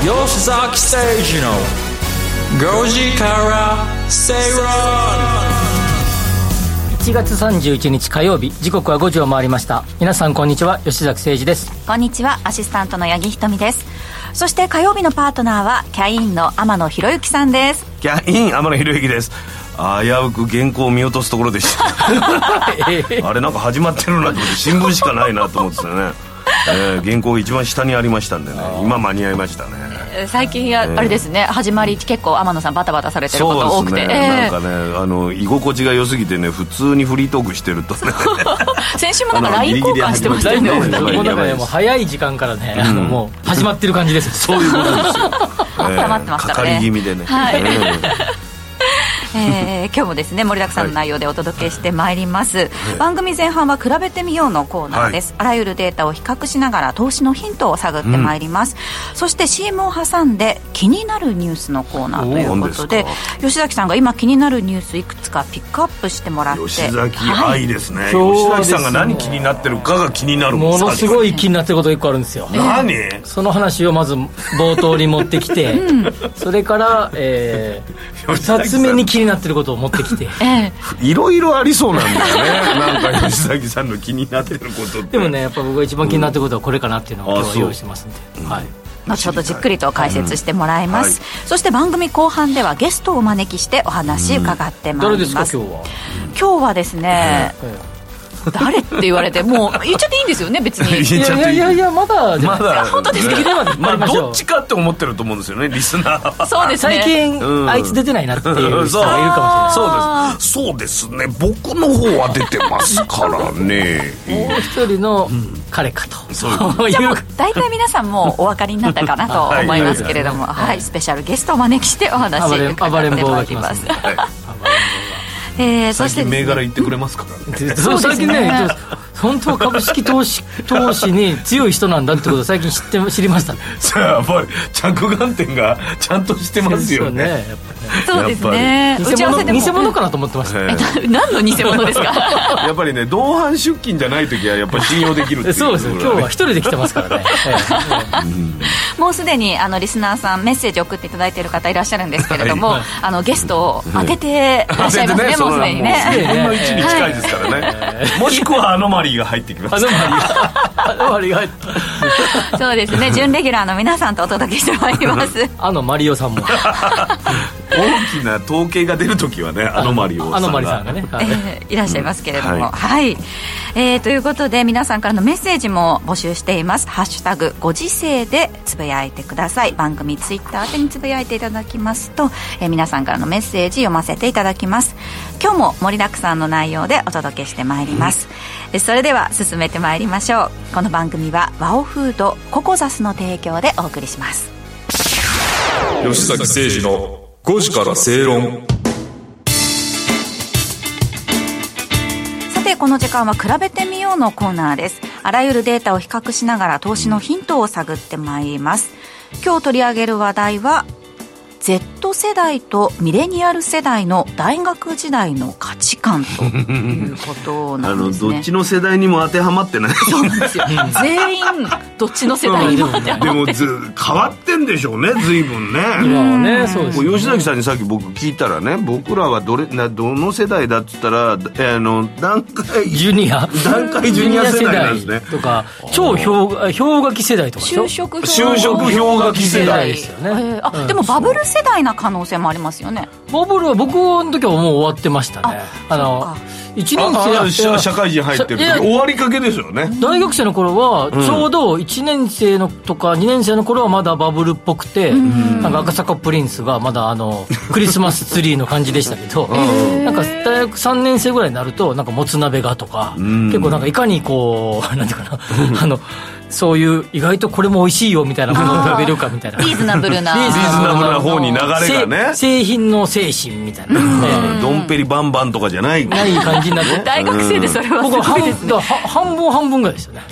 吉崎誠二の5時から正論1月31日火曜日時刻は5時を回りました皆さんこんにちは吉崎誠二ですこんにちはアシスタントの八木ひとみですそして火曜日のパートナーはキャインの天野博之さんですキャイン天野博之です危うく原稿を見落とすところでした あれなんか始まってるなと思って新聞しかないなと思ってたね、えー、原稿一番下にありましたんでね今間に合いましたね最近はあれですね、始まり結構天野さんバタバタされてること多そうくですて、ね、なんかねあの居心地が良すぎてね普通にフリートークしてると ね先週もなんか LINE 交換してましたよねあのギリギリ始まお二って人るもうだからねもう早い時間からね、あのもう始まってる感じ ですそういうことですよ温まってましたねかかり気味でね、はいうんえー今日もですね盛りだくさんの内容でお届けしてまいります、番組前半は「比べてみよう」のコーナーです、あらゆるデータを比較しながら投資のヒントを探ってまいります、そして CM を挟んで気になるニュースのコーナーということでおー何吉崎さんが今気になるニュースいくつかピックアップしてもらって吉崎はい愛ですね、そうです吉ね崎さんが何気になってるかが気になるものすごいい気になってることが1個あるんですよ何その話をまず冒頭に持ってき て、それから、え吉崎さん2つ目に気になってることを持ってき てええいろいろありそうなんだよねなんか吉崎さんの気になってることってでもねやっぱ僕が一番気になってることはこれかなっていうのをう今んあ日そはう用意してますんで、はい後ほどじっくりと解説してもらいます、うんそして番組後半ではゲストをお招きしてお話伺ってまい誰りまです、すか今日は、今日はですね、え誰って言われてもう言っちゃっていいんですよね別にえいやいやいやいやまだじゃなまいですかだ本当ですかねまやりまあしょうどっちかって思ってると思うんですよねリスナ ーはそうですね最近、うんあいつ出てないなっていう人がいるかもしれないそうですそうですね僕の方は出てますから ねもう一人の彼かと、そう いう大体皆さんもうお分かりになったかなと思いますけれどもはい、スペシャルゲストをお招きしてお話暴伺れって暴まれん坊いがり来まますすんで、はいえーそ最して近ですね銘柄言ってくれますか らねそうそ最うです近ねねちょっと本当は株式投資投資に強い人なんだってことを最近知って知りましたねさあやっぱり着眼点がちゃんとしてますよねそうですそうですねよね打ち合わせでも偽物偽物かなと思ってました、ええ 何の偽物ですか やっぱりね同伴出勤じゃない時はやっぱ信用できるっていそうですと今日ころがねは一人で来てますからね、もうすでにあのリスナーさんメッセージ送っていただいている方いらっしゃるんですけれども、はいあのゲストを当てていらっしゃいますね、もうすでにもうすねでに4分の1に近いですからね、もしくはアノマリーが入ってきまあすのマリアあのマリアそうですね準レギュラーの皆さんとお届けしてまいりますあのマリオさんも大きな統計が出るときはねアノマリーをあのマリさんがね、はいえーいらっしゃいますけれども、うんはい、えーということで皆さんからのメッセージも募集しています「ハッシュタグご時世」でつぶやいてください番組ツイッター宛てにつぶやいていただきますと、えー皆さんからのメッセージ読ませていただきます今日も盛りだくさんの内容でお届けしてまいります、えーそれでは進めてまいりましょうこの番組はワオフードココザスの提供でお送りします吉崎誠二の5時から正論さてこの時間は「比べてみよう」のコーナーですあらゆるデータを比較しながら投資のヒントを探ってまいります今日取り上げる話題は Z 世代とミレニアル世代の大学時代の価値観ということあなんのですどっねちの世代にも当てはまってないですよ全員どっちの世代にも当てはでまっもてず変わってんでしょうね随分ね今はねそうですもねう吉崎さんにさっき僕聞いたらね僕らはどれなどの世代だっつったらあの段階ジュニア段階ジュニア世代なんですねとか超氷河氷河期世代とかでしょ就職氷就職氷河期世代ですよねえーあ、でもバブル世代な可能性もありますよねバブルは僕の時はもう終わってましたねあのそ一年生ああいや社社会人入ってるいや終わりかけですよね大学生の頃はちょうど1年生のとか2年生の頃はまだバブルっぽくて、なんか赤坂プリンスがまだあのクリスマスツリーの感じでしたけど、なんか大学3年生ぐらいになるとなんかもつ鍋がとか、結構なんかいかにこうなんていうかな あのそういう意外とこれも美味しいよみたいなものを食べるかみたい なリーズナブルなリーズナブルリーズナブルな方に流れがねせ製品の精神みたいな、ねドンペリバンバンとかじゃないない感じになって 大学生でそれはす僕はご半いですねだからは半分半分ぐらいでしたね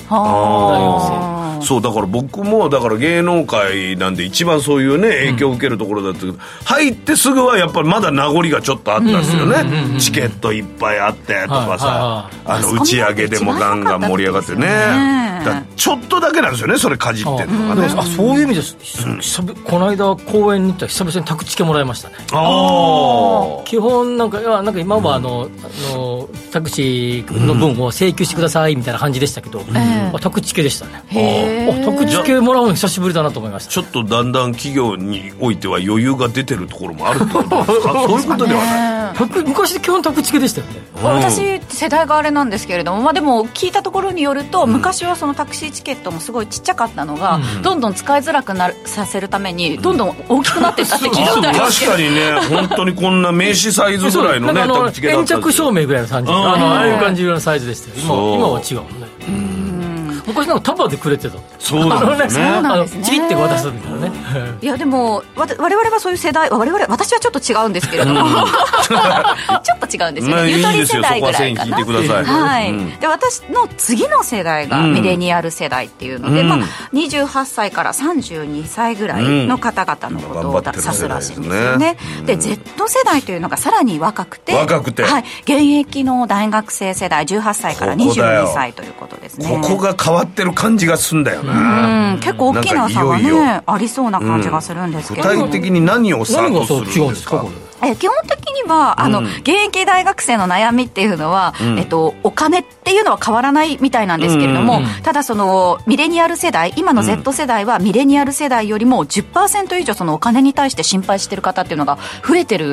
はそうだから僕もだから芸能界なんで一番そういうね影響を受けるところだったけど、入ってすぐはやっぱりまだ名残がちょっとあったんですよねチケットいっぱいあってとかさ、はあの打ち上げでもガンガン盛り上がってねマスコミなんて一番良かったですよねだからちょっとだけなんですよねそれかじってるのがねあそういう意味です、久々この間公園に行ったら久々に宅地系もらいましたねああ基本なんかいやなんか今はあの、あのタクシーの分を請求してくださいみたいな感じでしたけど、あタクチ系でしたねあへタクチ系もらうの久しぶりだなと思いましたちょっとだんだん企業においては余裕が出てるところもあるってことですか そういうことではないタク昔基本タクチ系でしたよねこれ私世代があれなんですけれども、まあ、でも聞いたところによると、昔はそのタクシーチケットもすごいちっちゃかったのが、どんどん使いづらくなるさせるためにどんどん大きくなっていったって聞い たことあります確かにね本当にこんな名刺サイズぐらいなのんねかあのタクチケだ粘ったんで着すよ照明ぐらいの感じうんあのああいう感じのサイズでしたよ今そう今は違うもんね昔なんか束でくれてたそうなんですねあのそうなんあのですねチリって渡すみたいなねいやでもわた我々はそういう世代我々私は ちょっと違うんですけれども、ちょっと違うんですよまあね、いいゆとでりす世よそ代こぐはらい線か引いなてくださいはいうんで私の次の世代がうんミレニアル世代っていうので、うんまあ、28歳から32歳ぐらいの方々のことうをんだ頑張ってる指すらしいんですよねで Z 世代というのがさらに若くて若くてはい、現役の大学生世代18歳からここだよ22歳ということですねここが変わってる感じがすんだよなうん、結構大きな差がねなんかいよいよありそうな感じがするんです具けど、体的に何をさ何とがすそるうん違うんでですすかかこれえ基本的にはあの、現役大学生の悩みっていうのは、えっと、お金っていうのは変わらないみたいなんですけれども、ただそのミレニアル世代今の Z 世代はミレニアル世代よりも10%以上そのお金に対して心配してる方っていうのが増えてるよ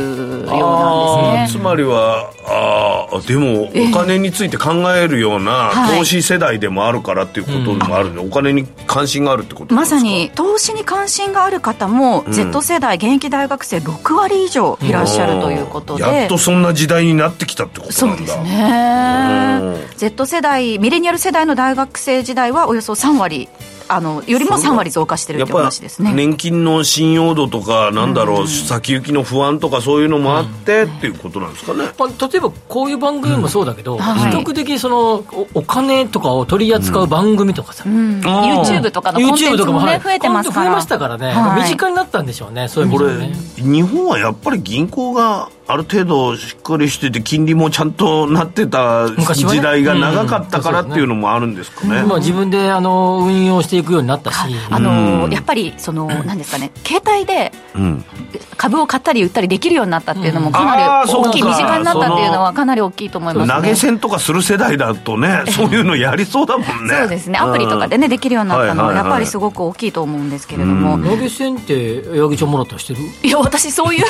うなんですつね。まりはあーでもお金について考えるようなはい投資世代でもあるからっていうことでもあるんで、お金に関心があるってことなまんですかさに投資に関心がある方も Z 世代現役大学生6割以上いらっしゃるということで、やっとそんな時代になってきたってことなんだそうですね Z 世代ミレニアル世代の大学生時代はおよそ3割あのよりも3割増加してるやっっていうぱ話ですね年金の信用度とかなんだろう、先行きの不安とかそういうのもあって、っていうことなんですかね、まあ例えばこういう番組もそうだけど、はい比較的そのおお金とかを取り扱う番組とかさ、 YouTube とかのコンテン YouTube ツとかもも、はねい増えてますかコンテンツ増えらましたからね、はい身近になったんでしょうねそういう意こ味でれはね日本はやっぱり銀行がある程度しっかりしてて金利もちゃんとなってた昔はね時代が長かったからうっんていうのもあるんですかね、まあ自分であの運用していくようになったし、あのやっぱりその何ですかね携帯でうん株を買ったり売ったりできるようになったっていうのもかあなーりそうか大きい身近になったっていうのはかなり大きいと思います投げね銭とかする世代だとねそういうのやりそうだもんねそうですねアプリとかでねできるようになったのははいはいやはっいぱりすごく大きいと思うんですけれども、投げ銭って八木ちゃんもらったりしてるいや、私そう いう、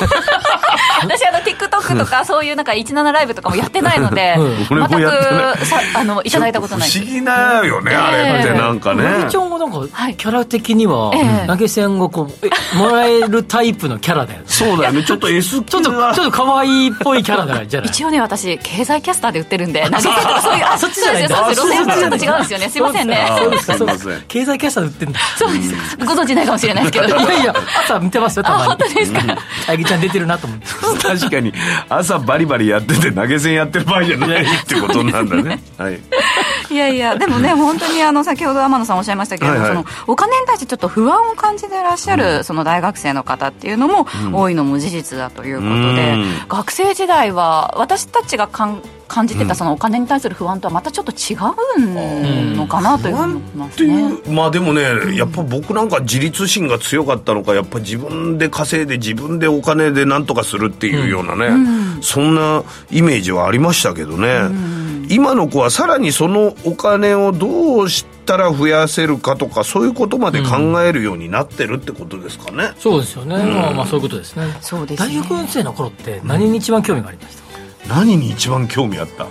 私あの、TikTok とか、そういうなんか17ライブとかもやってないので、うん俺全もやってなくさ、 あの、いただいたことない。不思議なよね、あれってなんかね、八木ちゃんはなんはかいキャラ的には、ええ投げ銭をこうえもらえるタイプのキャラだ よねちょっそうだよねちょっと S と級ちょがっと可愛いっぽいキャラだよ じゃない一応ね、私、経済キャスターで売ってるんで、なんかそういうそういう、あ、そっちじゃないんだそうですよ、そうですよ路線がちょっと違うんですよね。すいませんね。そうですかそうですすいまかせん経済キャスター売って んだそうです。ご存知ないかもしれないですけど。いやいや朝見てますよたまにあ、本当ですか。 八木ちゃん出てるなと思って 確かに朝バリバリやってて投げ銭やってる場合じゃないってことなんだ ねはいいやいや、でもね、本当にあの、先ほど天野さんおっしゃいましたけれども、はいはいその、お金に対してちょっと不安を感じてらっしゃる、その大学生の方っていうのも、多いのも事実だということで、うん学生時代は、私たちがかん感じてたそのお金に対する不安とはまたちょっと違うのかなというふうに思いまってすいね。うまあでもねやっぱ僕なんか自立心が強かったのかやっぱ自分で稼いで自分でお金で何とかするっていうようなね、そんなイメージはありましたけどね、今の子はさらにそのお金をどうしたら増やせるかとかそういうことまで考えるようになってるってことですかね、そうですよね、まあまあそういうことですねそうですね大学生の頃って何に一番興味がありました、何に一番興味あった、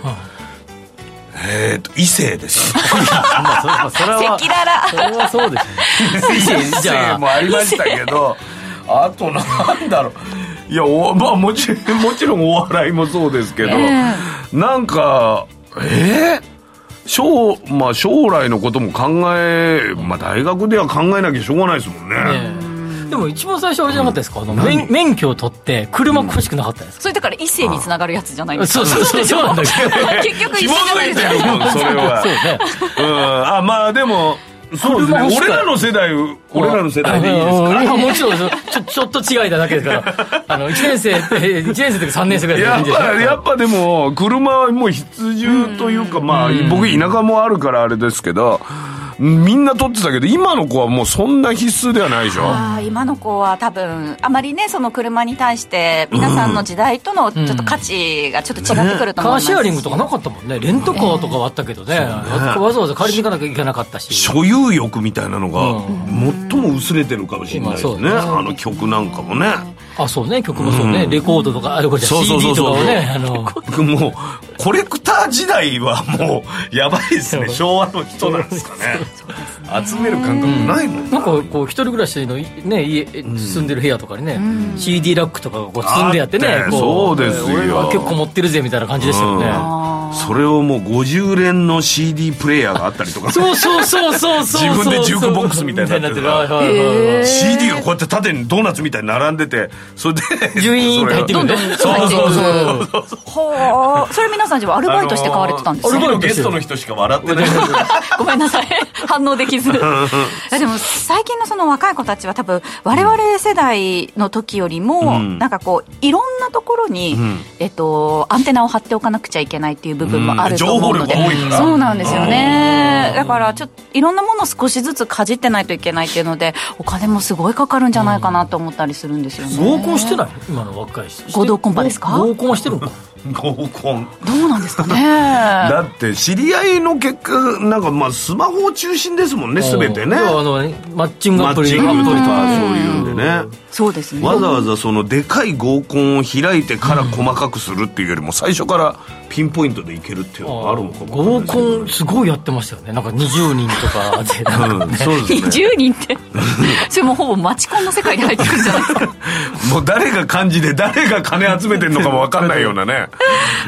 えっと異性ですまあそれ赤裸々それはそうです よねじゃあもありましたけどあとなんだろういやおまあもち もちろんお笑いもそうですけど、なんかえー将まあ、将来のことも考え、まあ、大学では考えなきゃしょうがないですもんねねでも一番最初あれじゃなかったですか、あの免免許を取って車欲しくなかったですか、それだから異性につながるやつじゃないんですそうか。そうそうそうなんだけ ど 結局異性紐じゃないづいですてか。るもんそれはそうねうんあまあでもそうですね車欲しか俺らの世代俺らの世代でいいですかうんうんもちろんちょちょっと違いだだけですからあの1年生って1年生とか3年生ぐらいだやっったらぱいいんじゃないやっぱでも車はもう必需というかまあ僕田舎もあるからあれですけどみんな取ってたけど今の子はもうそんな必須ではないでしょあー今の子は多分あまりねその車に対して皆さんの時代とのちょっと価値がちょっと違ってくると思カいまーす、シェアリングとかなかったもんねレンタカーとかはあったけどね、わざわざ借りに行かなきゃいけなかったし所有欲みたいなのが最も薄れてるかもしれないですね、うんまあそうあの曲なんかもね、あそうね曲もそうね、レコードとかあれこれじゃそうそう CD そうそとうかをねあの僕もうコレクター時代はもうやばいですね昭和の人なんですかね集める感覚ないもん、なんかこう一人暮らしの、ね、家住んでる部屋とかにね、CD ラックとかがこう積んでやってねあってこそうですよ俺は結構持ってるぜみたいな感じでしたよね、それをもう50連の CD プレイヤーがあった りとかそうそうそうそうそうそう自分でジュークボックスみたいになってみるたいになってるはいはいはいはい CD がこうやって縦にドーナツみたいに並んでてそれでジュイーンって入ってくるねそれがそうそうそうそうほうそれ皆さん自分アルバイトして買われてたんです次よ、のゲストの人しか笑ってない ごめんな さい反応できずいやでも最近のその若い子たちは多分我々世代の時よりも、んなんかこういろんなところに、えっと、アンテナを張っておかなくちゃいけないっていう部分もあると思うので、うん情報量が多いからそうなんですよねだからちょっといろんなものを少しずつかじってないといけないっていうのでお金もすごいかかるんじゃないかなと思ったりするんですよね合コンしてない今の若い人合同コンパですか合コンはしてるのか合コンどうなんですか ねだって知り合いの結果なんかまあスマホを中心ですもんね全てね要はあのマッチングマアプッチリングアとかそういうんでねそうですねわざわざそのでかい合コンを開いてから細かくするっていうよりも最初からピンポイントでいけるっていうのがあるのかも合コンすごいやってましたよねなんか20人とかでなん かうんそうですね20人って それもうほぼマチコンの世界に入ってくるんじゃないですかもう誰が幹事で誰が金集めてんのかも分かんないようなね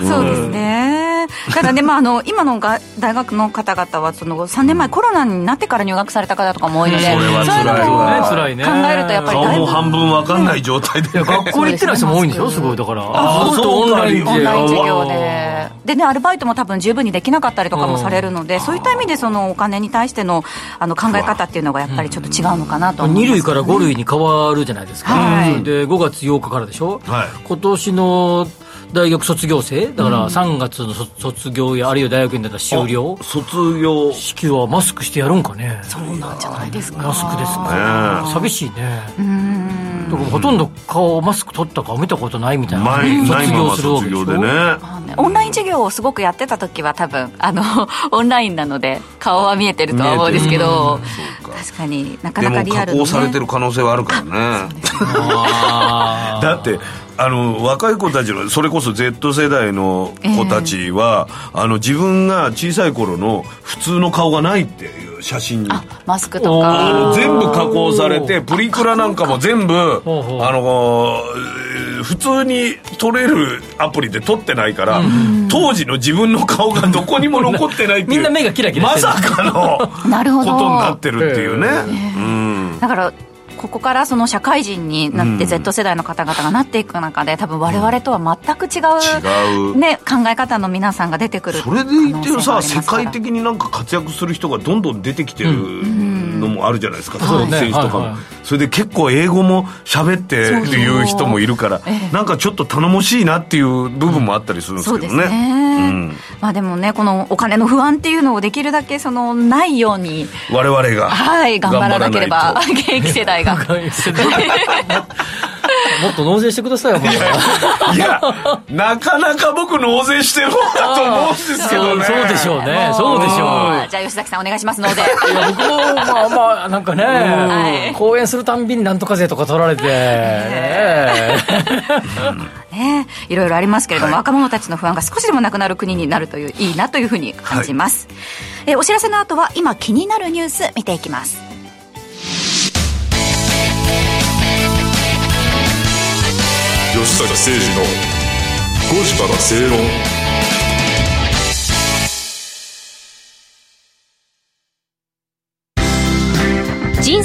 そうですねただね、まあ、あの今のが大学の方々はその3年前コロナになってから入学された方とかも多いのでそれは辛いそういうのもね辛いね考えるとやっぱり顔だいもぶ半分分かんない状態で学校に行ってない人も多いんでしょすごいだからあずっとそうかオンライン授業あでで、ね、アルバイトも多分十分にできなかったりとかもされるのでそういった意味でそのお金に対してのあの考え方っていうのがやっぱりちょっと違うのかなと思います2類から5類に変わるじゃないですか、はいで5月8日からでしょ、はい今年の大学卒業生だから3月の卒卒業やあるいは大学院だったら修了卒業ね式はマスクしてやるんかねそうなんじゃないですかマスクですえか寂しいねだからほとんど顔マスク取った顔見たことないみたいな前ない卒ま業まするわけで卒し業ょでねオンライン授業をすごくやってた時は多分あの オンラインなので顔は見えてるとは思うんですけど確かになかでなかもリア加ルの、ね、工されてる可能性はあるからねあーだってあの若い子たちのそれこそ Z 世代の子たちは、あの自分が小さい頃の普通の顔がないっていう写真にあマスクとのか全部加工されてプリクラなんかも全部あほうほうのえー普通に撮れるアプリで撮ってないから、当時の自分の顔がどこにも残ってないっていう みんな目がキラキラしてるまさかのなるこほとどになってるっていうね、うんだからここからその社会人になって Z 世代の方々がなっていく中で多分我々とは全く違う,、違うね、考え方の皆さんが出てくるそれでいて可能性がありまさ世すから界的になんか活躍する人がどんどん出てきてるのもあるじゃないですか、そうね選手とかも、はいはいそれで結構英語も喋ってそうそういう人もいるからええなんかちょっと頼もしいなっていう部分もあったりするんでそすうけでどすね、ね。んまあでもねこのお金の不安っていうのをできるだけそのないように我々がはい頑張らなければ現役世代 がもっと納税してくださいよもういやなかなか僕納税してる方だと思うんですけそどう ねそうでしょうねそうでしょうじゃあ吉崎さんお願いします のでいや僕もまあまあなんかね、い公演するたんびになんとか税とか取られ て、ねねいろいろありますけれども、若者たちの不安が少しでもなくなる国になるといういいなというふうに感じます、えーお知らせの後は今気になるニュース見ていきます吉崎誠二の5時から正論人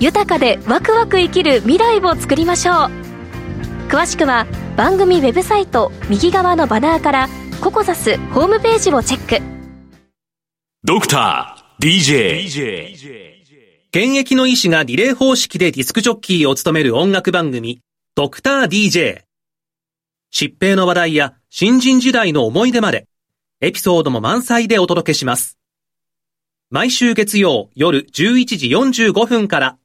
豊かでワクワク生きる未来を作りましょう詳しくは番組ウェブサイト右側のバナーからココザスホームページをチェックドクター DJ 現役の医師がリレー方式でディスクジョッキーを務める音楽番組ドクター DJ 疾病の話題や新人時代の思い出までエピソードも満載でお届けします毎週月曜夜11時45分から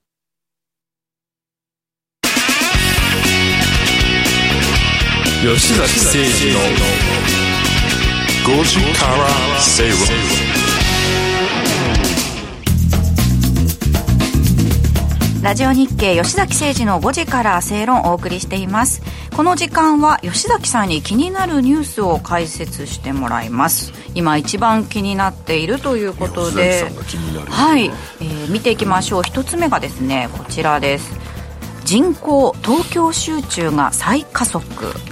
吉崎誠二の5時から正論ラジオ日経吉崎誠二の5時から正論をお送りしていますこの時間は吉崎さんに気になるニュースを解説してもらいます今一番気になっているということで吉崎さんが気になるはい、えー見ていきましょう一つ目がですねこちらです人口東京集中が再加速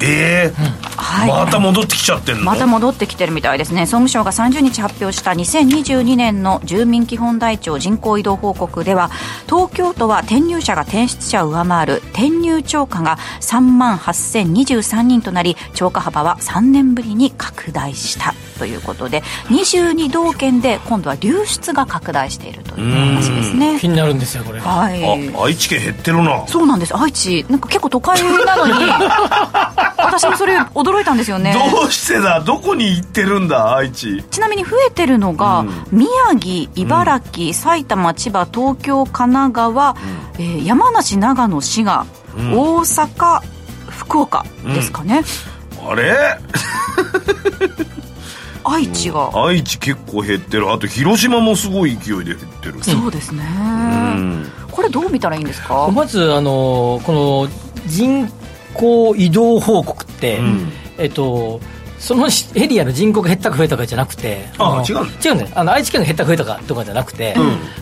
ええはいまた戻ってきちゃってんのまた戻ってきてるみたいですね総務省が30日発表した2022年の住民基本台帳人口移動報告では東京都は転入者が転出者を上回る転入超過が3万8023人となり超過幅は3年ぶりに拡大したということで22道県で今度は流出が拡大しているという話ですね気になるんですよこれはいあ愛知県減ってるなそうなんです愛知なんか結構都会な のに私もそれ驚いたんですよねどうしてだどこに行ってるんだ愛知ちなみに増えてるのが、宮城、茨城、埼玉、千葉、東京、神奈川、えー山梨、長野、滋賀、大阪、福岡ですかね、あれ愛知が、愛知結構減ってるあと広島もすごい勢いで減ってるそうですね、うんこれどう見たらいいんですか、まずあのこの人口移動報告って、んえっとそのしエリアの人口が減ったか増えたかじゃなくてあの違うん違うんだよあの愛知県が減ったか増えたかとかじゃなくて、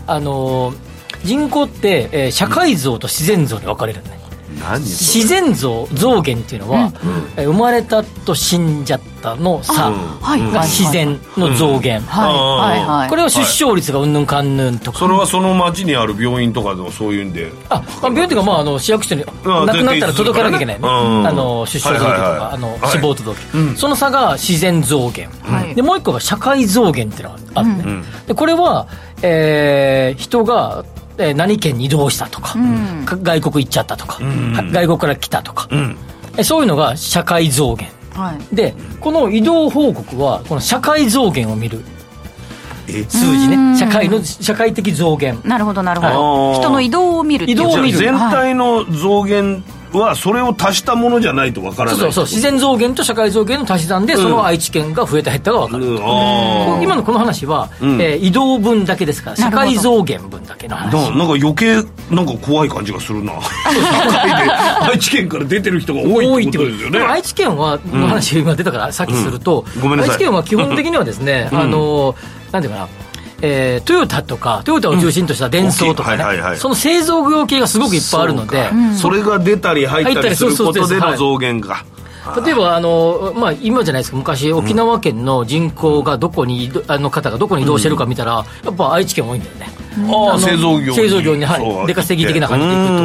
あの人口って、えー社会像と自然像に分かれるのね、何そ自然像増減っていうのは、えー生まれたと死んじゃったの差はいが自然の増減、はいはいはいこれを出生率がうんぬんかんぬんとか、それはその町にある病院とかでもそういうんであ、あ病院というか、まあ、あの市役所にうん亡くなったら届かなきゃいけないね、うんあの出生届とはいはいはいか、あのはい死亡届、その差が自然増減、はいでもう一個が社会増減っていうのがあるね、でこれは、えー人が、えー何県に移動したとか、んか外国行っちゃったとか、は外国から来たとか、んえそういうのが社会増減。はい、でこの移動報告はこの社会増減を見るえ数字ね社会の社会的増減なるほどなるほはどい人の移動を見るっていう移動を見る全はい体の増減はそれを足したものじゃないとわからなそいうそうそう自然増減と社会増減の足し算で、その愛知県が増えた減ったが分かる、うんあ今のこの話は、んえー移動分だけですから社なるほど会増減分だけのー話ななんか余計なんか怖い感じがするな 愛知県から出てる人が多いってことですよねも愛知県は、この話今出たからさっきすると、うんごめんなさい愛知県は基本的にはですね、あのなんていうかなえートヨタとかトヨタを中心とした電装とかね、うん大きいはいはいはいその製造業系がすごくいっぱいあるので、それが出たり入ったりすることでの増減が例えばあの、まあ、今じゃないですか昔沖縄県の人口がどこに移動あの方がどこに移動してるか見たら、やっぱ愛知県多いんだよね、ああのー製造業製造業に、はそうい、出稼ぎ的な感じで行くとか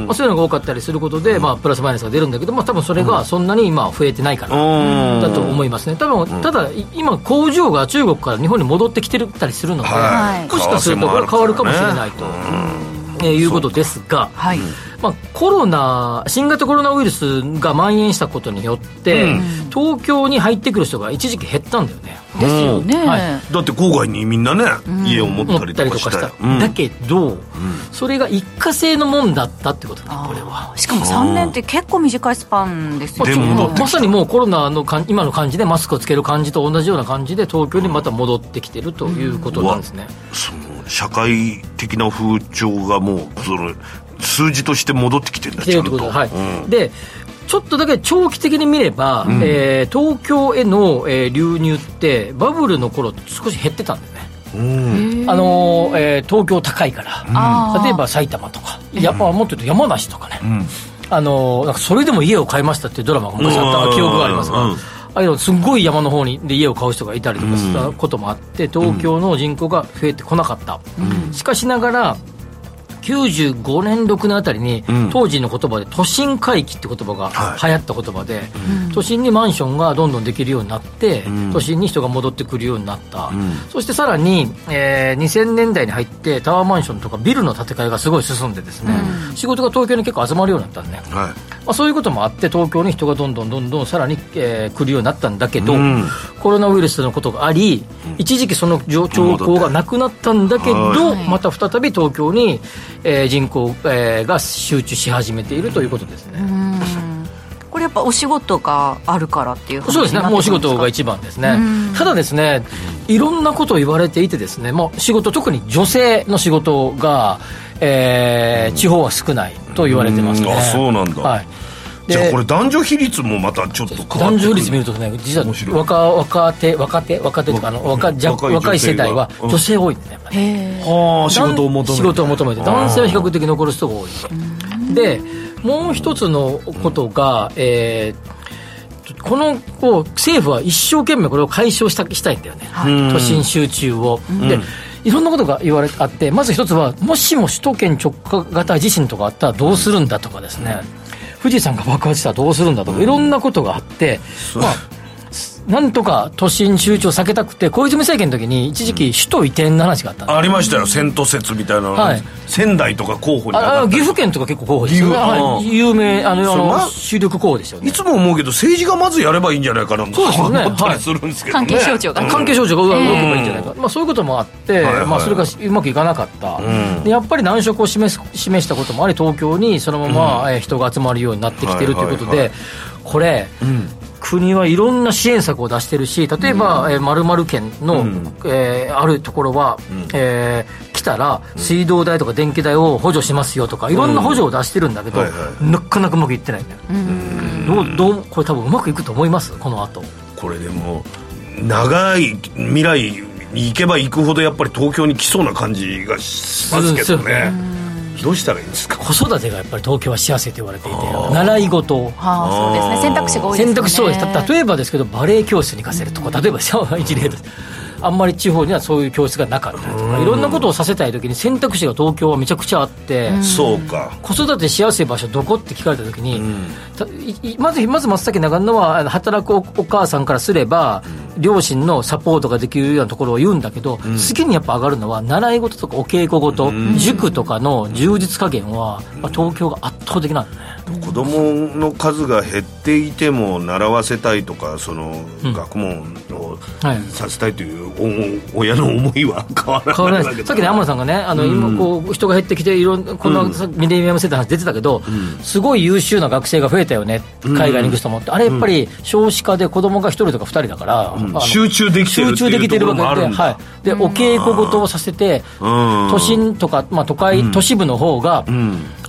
ね、まあ、そういうのが多かったりすることで、まあ、プラスマイナスが出るんだけど、まあ、多分それがそんなに今増えてないから、うんだと思いますね多分ただい今工場が中国から日本に戻ってきてたりするので、はいもしかするとこれ変わるかもしれないと、えーいうことですが、はいまあ、コロナ新型コロナウイルスが蔓延したことによって、東京に入ってくる人が一時期減ったんだよねですよね、はだって郊外にみんなね、家を持っ乗たっりたとりかとしかたしたり、うんだけど、それが一過性のもんだったってことねこれはあーしかも3年って結構短いスパンですよでも戻ってきたまさにもうコロナのかん今の感じでマスクをつける感じと同じような感じで東京にまた戻ってきてるということなんですね、その社会的な風潮がもうその数字として戻ってきてるんだ来てちるゃっんてこと、とで,、はいうんでちょっとだけ長期的に見れば、えー東京への、えー流入ってバブルの頃少し減ってたんだよねあのーえー東京高いから、あー例えば埼玉とかやっぱもっと言うと山梨とかね、あのーなんかそれでも家を買いましたっていうドラマが昔あった記憶がありますが、うんああいうのすっごい山の方にで家を買う人がいたりとかしたこともあって東京の人口が増えてこなかった、しかしながら95年6年あたりに、当時の言葉で都心回帰って言葉が流行った言葉で、都心にマンションがどんどんできるようになって、都心に人が戻ってくるようになった、そしてさらに、えー2000年代に入ってタワーマンションとかビルの建て替えがすごい進んでですね、仕事が東京に結構集まるようになったんで、ねはまあ、そういうこともあって東京に人がどんどんどんどんさらに、えー来るようになったんだけど、んコロナウイルスのことがあり、一時期その状兆候がなくなったんだけど、また再び東京に、えー人口、えーが集中し始めているということですね、これやっぱお仕事があるからっていう話そうですねになもうっおて仕くるんですか事が一番ですね、ただですねいろんなことを言われていてですねもう仕事特に女性の仕事が、えー地方は少ないと言われてますね、うんあそうなんだはいい、じゃあでこれ男女比率もまたちょっと変わってくる男女率見るとね実は面白い若若手若手若手とかあの若若若い女性が若い世代はうん女性多いんだねやっぱりはあ仕事を求めて仕事を求めて男性は比較的残る人が多いでもう一つのことが、えーこのこう政府は一生懸命これを解消したしたいんだよね、都心集中を、でいろんなことが言われあってまず一つはもしも首都圏直下型地震とかあったらどうするんだとかですね、富士山が爆発したらどうするんだとか、いろんなことがあって、まあ、なんとか都心集中を避けたくて小泉政権の時に一時期首都移転の話があったんですありましたよ千都説みたいなの、はい仙台とか候補に上あがあった岐り阜県とか結構候補ですよね、岐阜はうんい、有名あのあそれまの主力候補ですよねいつも思うけど政治がまずやればいいんじゃないかなとそうですよね思ったりするんですけど、関ね係省庁が関係省庁がうわ動けばいいんじゃないか、まあ、そういうこともあって、いはいまあ、それがうまくいかなかった、んでやっぱり難色を示す示したこともあり東京にそのまま、えー人が集まるようになってきてるということで、はいはいこれ、国はいろんな支援策を出してるし例えば、えー、〇〇県の、えーあるところは、えー来たら水道代とか電気代を補助しますよとかいろんな補助を出してるんだけど、はいはなかなかうまくいってないんだよどうどうこれ多分うまくいくと思いますこの後これでも長い未来に行けば行くほどやっぱり東京に来そうな感じがしますけどねどうしたらいいんですか子育てがやっぱり東京は幸せと言われていて習い事をああそうですね選択肢が多いですよね選択肢そうですた例えばですけどバレエ教室に行かせるとか例えばシ ャワー一例ですあんまり地方にはそういう教室がなかったりとかいろんなことをさせたい時に選択肢が東京はめちゃくちゃあってそうか子育てしやすい場所どこって聞かれた時に、たいいまずまず真っ先に上がるのはあの働くおお母さんからすれば、両親のサポートができるようなところを言うんだけど、次にやっぱ上がるのは習い事とかお稽古事、塾とかの充実加減は、まあ、東京が圧倒的なんだね子供の数が減っていても習わせたいとかその学問をはいさせたいというお親の思いは変 わ変わらならいないですわさっけきねだ天野さんがねあの、今こう人が減ってきていろんなこのさミレニアム世代の話出てたけど、すごい優秀な学生が増えたよね海外に行く人もってあれやっぱり少子化で子供が一人とか二人だから、あの集中できてる集って中いできうとてこるろわもあけるで、んだはい、でお稽古事をさせて、うん都心とか、まあ、都会、都市部の方が、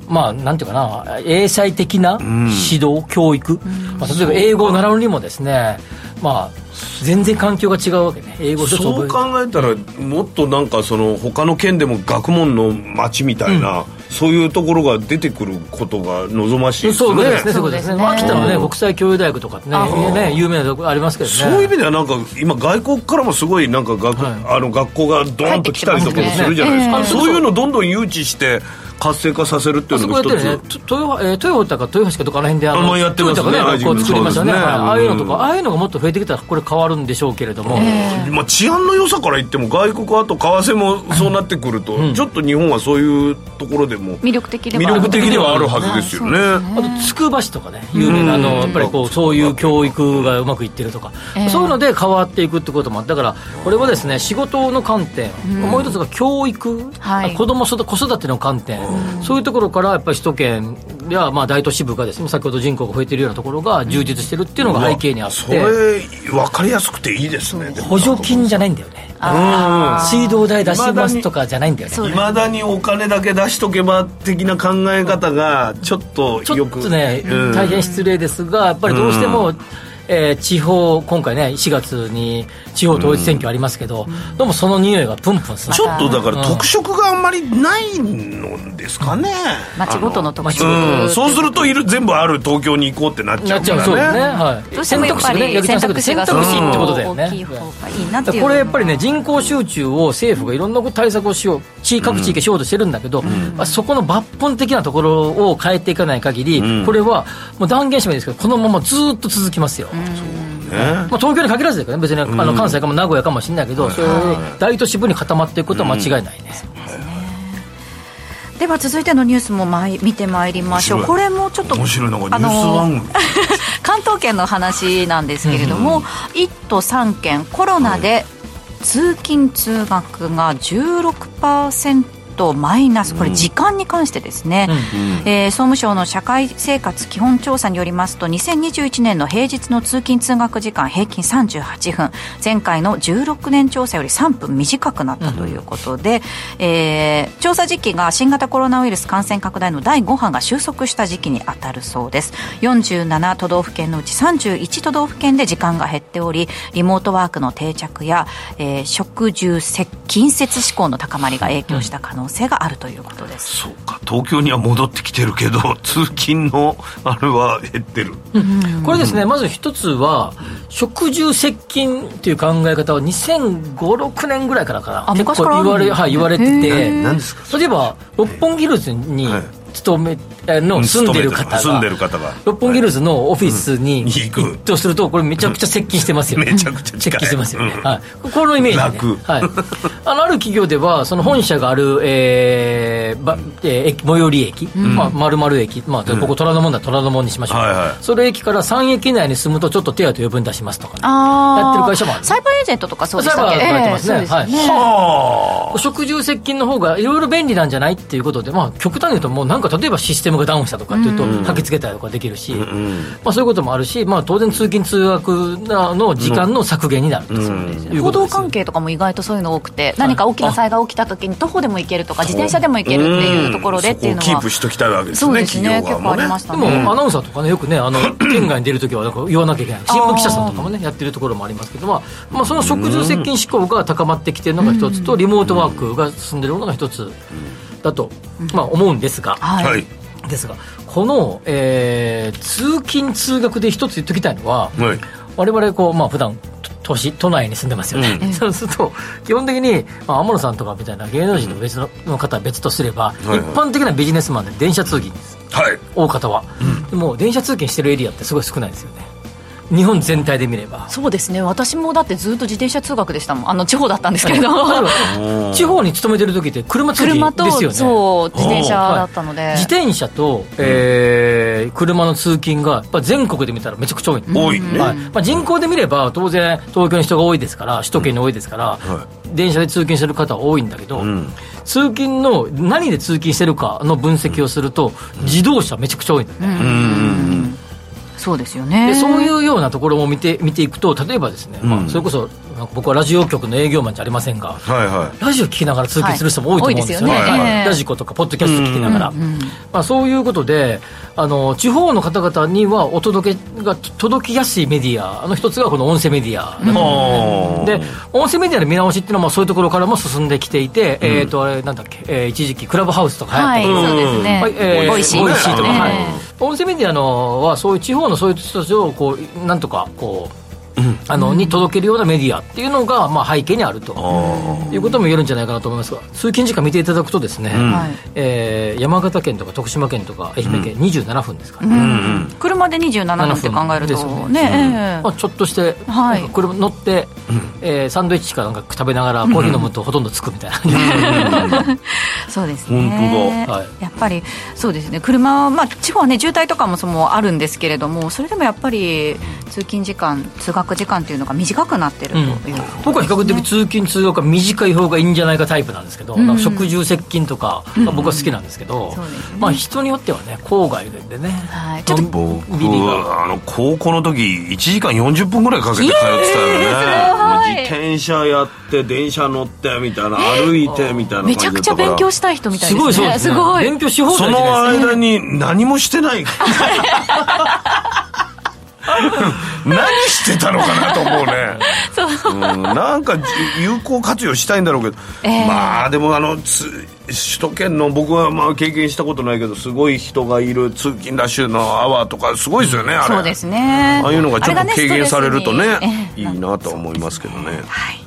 まあなんていうかな英才的な指導、教育、まあ、例えば英語を習うにもですねまあ全然環境が違うわけね英語一つ覚えそうる考えたらもっとなんかその他の県でも学問の街みたいな、そういうところが出てくることが望ましいですそういうことですね。そうねいうことですね。まあ秋田のね、国際教育大学とかってね、ね有名なとこありますけどね。そういう意味ではなんか今外国からもすごいなんか学,、あの学校がドーンと来たりとかもするじゃないですか、そういうのどんどん誘致して活性化させるっていうそのこもやっ一てつるね、と豊えー豊田か豊橋かどっかあの辺で、ああのやってますね豊田が愛ね、知こう作りましたね、そうではいすねうんああいうのとか、ああいうのがもっと増えてきたら、これ変わるんでしょうけれども、まあ、治安の良さから言っても外国はあと為替もそうなってくると、ちょっと日本はそういうところでも魅力的で魅はある力的ではあるはずですよね。あとつくば市とかね、有名な、あのやっぱりこうそういう教育がうまくいってるとか、そういうので変わっていくってこともあってだから、これはですね仕事の観点、もう一つが教育、はい子供育子育ての観点、そういうところからやっぱり首都圏や、まあ、大都市部がですね先ほど人口が増えてるようなところが充実してるっていうのが背景にあっそて。れ分かりやすくていいですねでも補助金じゃないんだよね水道代出しますとかじゃないんだよねいまだにお金だけ出しとけば的な考え方がちょっとちょよっくとね、うん大変失礼ですがやっぱりどうしても、えー地方今回ね4月に地方統一選挙ありますけど、どうもその匂いがプンプンするちょっとだから特色があんまりないのですかね、町ごとの特色うん、そうするといる全部ある東京に行こうってなっちなゃうっかちゃうらそうですね、ねはい、どうしてもやっぱり選択肢ね選択肢が選択肢ってことだよね大きい方がいいなってだいうこれやっぱりね人口集中を政府がいろんなこと対策をしよう地各地域がしようとしてるんだけど、まあ、そこの抜本的なところを変えていかない限り、これはもう断言してもいいですけどこのままずっと続きますよ、まあ、東京に限らずだけどね別に、あの関西かも名古屋かもしれないけど、そういう大都市部に固まっていくことは間違いないね、では続いてのニュースもまい見てまいりましょう面白こいれもちょっと面白いなんかあニのュース番組関東圏の話なんですけれども、1都3県コロナで通勤通学が16%マイナスこれ時間に関してですね、えー総務省の社会生活基本調査によりますと2021年の平日の通勤通学時間平均38分前回の16年調査より3分短くなったということで、えー調査時期が新型コロナウイルス感染拡大の第5波が収束した時期に当たるそうです47都道府県のうち31都道府県で時間が減っておりリモートワークの定着や、えー食住接近接志向の高まりが影響した可能性があるということです、そうか東京には戻ってきてるけど通勤のあれは減ってるこれですねまず一つは食住接近という考え方は2056年ぐらいからかなあ結昔からあ構る言われ,、はい、言われてて何ですか例えば六本木ヒルズにはい勤め、えの住んでる方が勤めてる方が六本木ヒルズのオフィスにん行く行くとするとこれめちゃくちゃ接近してますよねめちゃくちゃ近接い近してますよね、うんはい、このイメージ、ね、楽はい、あのある企業ではその本社がある、えーばえー駅最寄り駅、まあ、丸々駅、まあ、ここ虎ノ門だ虎ノ門にしましょう、はいはいそれ駅から3駅以内に住むとちょっと手当余分出しますとかね、あーやってる会社もあるサイバーエージェントとかそうでしたっけサイバーやってますねええそうですよね、食住接近の方がいろいろ便利なんじゃないっていうことで、まあ、極端に言うともうなんか例えばシステムがダウンしたとかっていうと、吐きつけたりとかできるし、まあ、そういうこともあるし、まあ、当然通勤通学の時間の削減になるという行こと動ですよ関係とかも意外とそういうの多くて、何か大きな災害起きた時に徒歩でも行けるとか自転車でも行けるっていうところでっていうのそこをキーはプしときたいわけですねそうですね企業結側構もあねりましたでねも、アナウンサーとかね、よくね、 あの県外に出るときはなんか言わなきゃいけない、新聞記者さんとかもね、やってるところもありますけど、まあまあ、その食住接近志向が高まってきてるのが一つと、リモートワークが進んでるのが一つだと、まあ、思うんですが。はい、はいですがこの、えー通勤通学で一つ言っときたいのは、はい我々こうまあ普段都都市都内に住んでますよね、 そうすると基本的に、まあ、天野さんとかみたいな芸能人の別の,、方は別とすれば、いはい一般的なビジネスマンで電車通勤ですはい大方は、でも電車通勤してるエリアってすごい少ないですよね日本全体で見ればそうですね私もだってずっと自転車通学でしたもんあの地方だったんです けれど地方に勤めてる時って車通車勤と、ですよねそう自転車だったのはでい自転車と、えー車の通勤がやっぱ全国で見たらめちゃくちゃ多いんです多いねはいまあ、人口で見れば当然東京に人が多いですから首都圏に多いですから、は電車で通勤してる方は多いんだけど、ん通勤の何で通勤してるかの分析をすると、自動車めちゃくちゃ多いんだね、そうですよねでそういうようなところも見て見ていくと例えばですね、まあ、それこそなんか僕はラジオ局の営業マンじゃありませんがはいはラジオ聞きながら通勤する人も多いと思うんですよね,、はい多いですよねええラジコとかポッドキャスト聞きながら、まあ、そういうことであの地方の方々にはお届けが届きやすいメディアの一つがこの音声メディアだと思うんですよねいで音声メディアの見直しっていうのはまあそういうところからも進んできていて、えっとあれなんだっけ、えー一時期クラブハウスとか流行ったりとかはい、そうですね、はいえー美味しい美味しいとか、はいええ音声メディアのはそういう地方のそういう人たちをこうなんとかこう、あのに届けるようなメディアっていうのが、まあ、背景にあるということも言えるんじゃないかなと思いますが通勤時間見ていただくとですね、はいえー山形県とか徳島県とか愛媛県27分ですから、ね車で27分って考えるですよとねねええまあ、ちょっとして、はいなんか車乗って、えーサンドイッチかなんか食べながらコーヒー飲むとほとんどつくみたいな感じ、そうですね本当だはいやっぱりそうですね車、まあ、地方はね渋滞とかもそのあるんですけれどもそれでもやっぱり通勤時間通学時間っていうのが短くなってるという、僕は比較的通勤通学が短い方がいいんじゃないかタイプなんですけど、なんか食住接近とかが僕は好きなんですけど、そうですねまあ、人によってはね郊外でね、はいちょっとのん僕びりがあの高校の時1時間40分ぐらいかけて通ってたよね、もう自転車やって電車乗ってみたいな歩いてみたいな感めじちゃだくっちゃたから勉強したい人みたいすですごねいそうですねごい勉強し放題じゃ そないですかの間に何もしてない何してたのかなと思うねうんなんかじ有効活用したいんだろうけど、まあでもあのつ首都圏の僕はまあ経験したことないけどすごい人がいる通勤ラッシュのアワーとかすごいですよね、あれそうですねああいうのがちょあれっとがね軽減されるとストレねスにいいなとは思いますけどねはい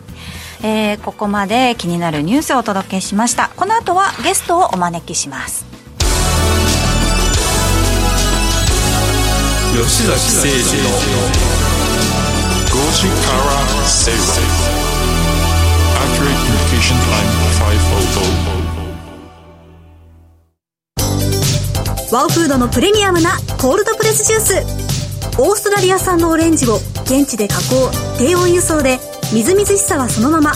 えーここまで気になるニュースをお届けしましたこの後はゲストをお招きします吉崎誠二の5時から正論 Accurate Communication oh Time 500ワオフードのプレミアムなコールドプレスジュースオーストラリア産のオレンジを現地で加工低温輸送でみずみずしさはそのまま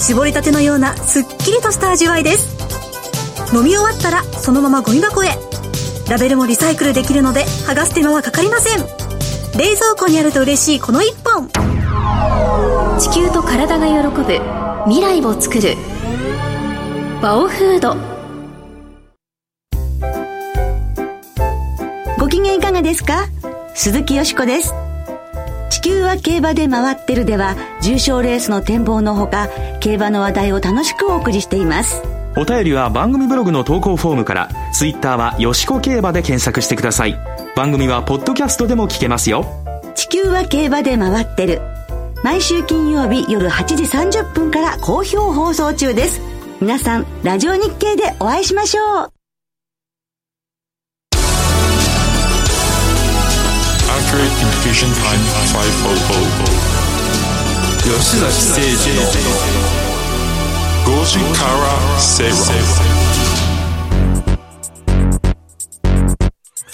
絞りたてのようなすっきりとした味わいです飲み終わったらそのままゴミ箱へラベルもリサイクルできるので剥がす手間はかかりません冷蔵庫にあると嬉しいこの一本地球と体が喜ぶ未来を作るバオフードご機嫌いかがですか鈴木よしこです。地球は競馬で回ってるでは、重賞レースの展望のほか、競馬の話題を楽しくお送りしています。お便りは番組ブログの投稿フォームから、ツイッターはよしこ競馬で検索してください。番組はポッドキャストでも聞けますよ。地球は競馬で回ってる。毎週金曜日夜8時30分から好評放送中です。皆さん、ラジオ日経でお会いしましょう。 Accurate Communication Time 500吉崎誠二の5時から正論